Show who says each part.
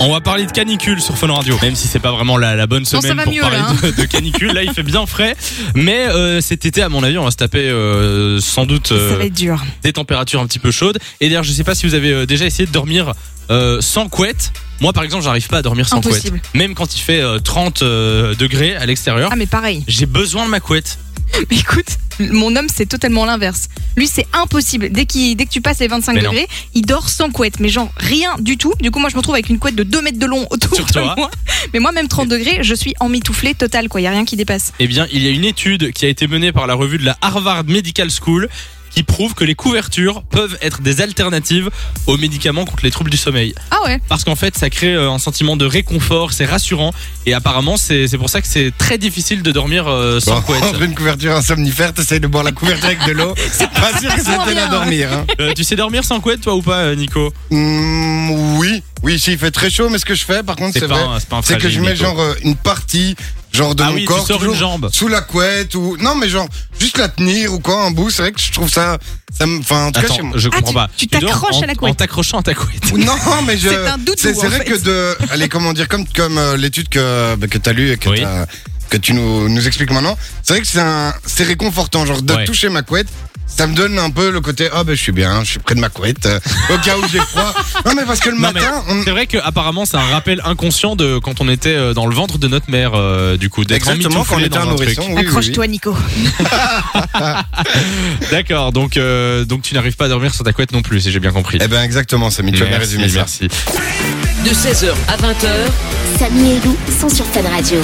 Speaker 1: On va parler de canicule sur Fun Radio, même si c'est pas vraiment la, la bonne
Speaker 2: ça
Speaker 1: semaine
Speaker 2: va
Speaker 1: pour
Speaker 2: mieux,
Speaker 1: parler
Speaker 2: là, hein.
Speaker 1: de, de canicule. Là, il fait bien frais, mais euh, cet été, à mon avis, on va se taper euh, sans doute
Speaker 2: Ça
Speaker 1: euh,
Speaker 2: va être dur.
Speaker 1: des températures un petit peu chaudes. Et d'ailleurs, je sais pas si vous avez euh, déjà essayé de dormir euh, sans couette. Moi, par exemple, j'arrive pas à dormir sans
Speaker 2: Impossible.
Speaker 1: couette, même quand il fait euh, 30 euh, degrés à l'extérieur.
Speaker 2: Ah mais pareil.
Speaker 1: J'ai besoin de ma couette.
Speaker 2: Mais écoute, mon homme c'est totalement l'inverse. Lui c'est impossible. Dès, qu'il- dès que tu passes les 25
Speaker 1: Mais non.
Speaker 2: degrés, il dort sans couette. Mais genre rien du tout. Du coup moi je me retrouve avec une couette de 2 mètres de long autour
Speaker 1: Sur
Speaker 2: de
Speaker 1: toi.
Speaker 2: moi. Mais moi même 30 degrés, je suis emmitouflée totale quoi. Il y a rien qui dépasse.
Speaker 1: Eh bien, il y a une étude qui a été menée par la revue de la Harvard Medical School qui prouve que les couvertures peuvent être des alternatives aux médicaments contre les troubles du sommeil.
Speaker 2: Ah ouais.
Speaker 1: parce qu'en fait ça crée euh, un sentiment de réconfort, c'est rassurant et apparemment c'est c'est pour ça que c'est très difficile de dormir euh, sans
Speaker 3: Bon,
Speaker 1: couette.
Speaker 3: Entre Bah, une couverture insomnifère, t'essayes de boire la couverture avec de l'eau. Pas sûr que ça
Speaker 2: vachement
Speaker 3: t'aide
Speaker 2: bien,
Speaker 3: à
Speaker 2: hein.
Speaker 3: dormir. hein.
Speaker 1: Euh, tu sais dormir sans couette toi ou pas euh, Nico
Speaker 3: Hum, oui, oui, si, il fait très chaud, mais ce que je fais, par contre, c'est
Speaker 1: C'est pas,
Speaker 3: vrai,
Speaker 1: un- c'est pas un
Speaker 3: c'est que
Speaker 1: fragile,
Speaker 3: je mets
Speaker 1: Nico.
Speaker 3: genre euh, une partie, genre de
Speaker 1: Ah
Speaker 3: mon
Speaker 1: oui, tu
Speaker 3: corps,
Speaker 1: sors une
Speaker 3: toujours
Speaker 1: jambe.
Speaker 3: sous la couette ou non, mais genre juste la tenir ou quoi, un bout. C'est vrai que je trouve ça, ça me, enfin, en tout cas,
Speaker 1: Attends,
Speaker 3: chez moi.
Speaker 1: je
Speaker 2: Ah,
Speaker 1: comprends
Speaker 2: tu-
Speaker 1: pas.
Speaker 2: tu
Speaker 1: dors
Speaker 2: t'accroches
Speaker 1: en-
Speaker 2: à la couette.
Speaker 1: En t'accrochant à ta couette.
Speaker 3: Non, mais je.
Speaker 2: C'est un doudou,
Speaker 3: C'est c'est
Speaker 2: en
Speaker 3: vrai
Speaker 2: fait.
Speaker 3: que de. Allez, comment dire, comme, comme euh, l'étude que, bah, que t'as lue et que,
Speaker 1: Oui.
Speaker 3: t'as- que tu nous, nous expliques maintenant, c'est vrai que c'est un- c'est réconfortant. Genre, de
Speaker 1: Ouais.
Speaker 3: toucher ma couette, ça me donne un peu le côté Ah, ben je suis bien, je suis près de ma couette, euh, au cas où j'ai froid. Non, mais parce que le
Speaker 1: Non, mais
Speaker 3: matin, on.
Speaker 1: C'est vrai que apparemment c'est un rappel inconscient de quand on était euh, dans le ventre de notre mère euh, du coup d'être
Speaker 3: Exactement, quand on
Speaker 1: emmitouflé
Speaker 3: était
Speaker 1: dans
Speaker 3: un
Speaker 1: un truc.
Speaker 3: nourrisson. oui, oui, oui.
Speaker 2: Accroche-toi Nico.
Speaker 1: D'accord, donc euh, donc tu n'arrives pas à dormir sans ta couette non plus si j'ai bien compris.
Speaker 3: Eh ben, exactement, Samy, tu as bien
Speaker 1: Merci,
Speaker 3: résumé ça.
Speaker 1: merci.
Speaker 4: de 16h à 20h.
Speaker 5: Samy et Lou sont sur Fun Radio.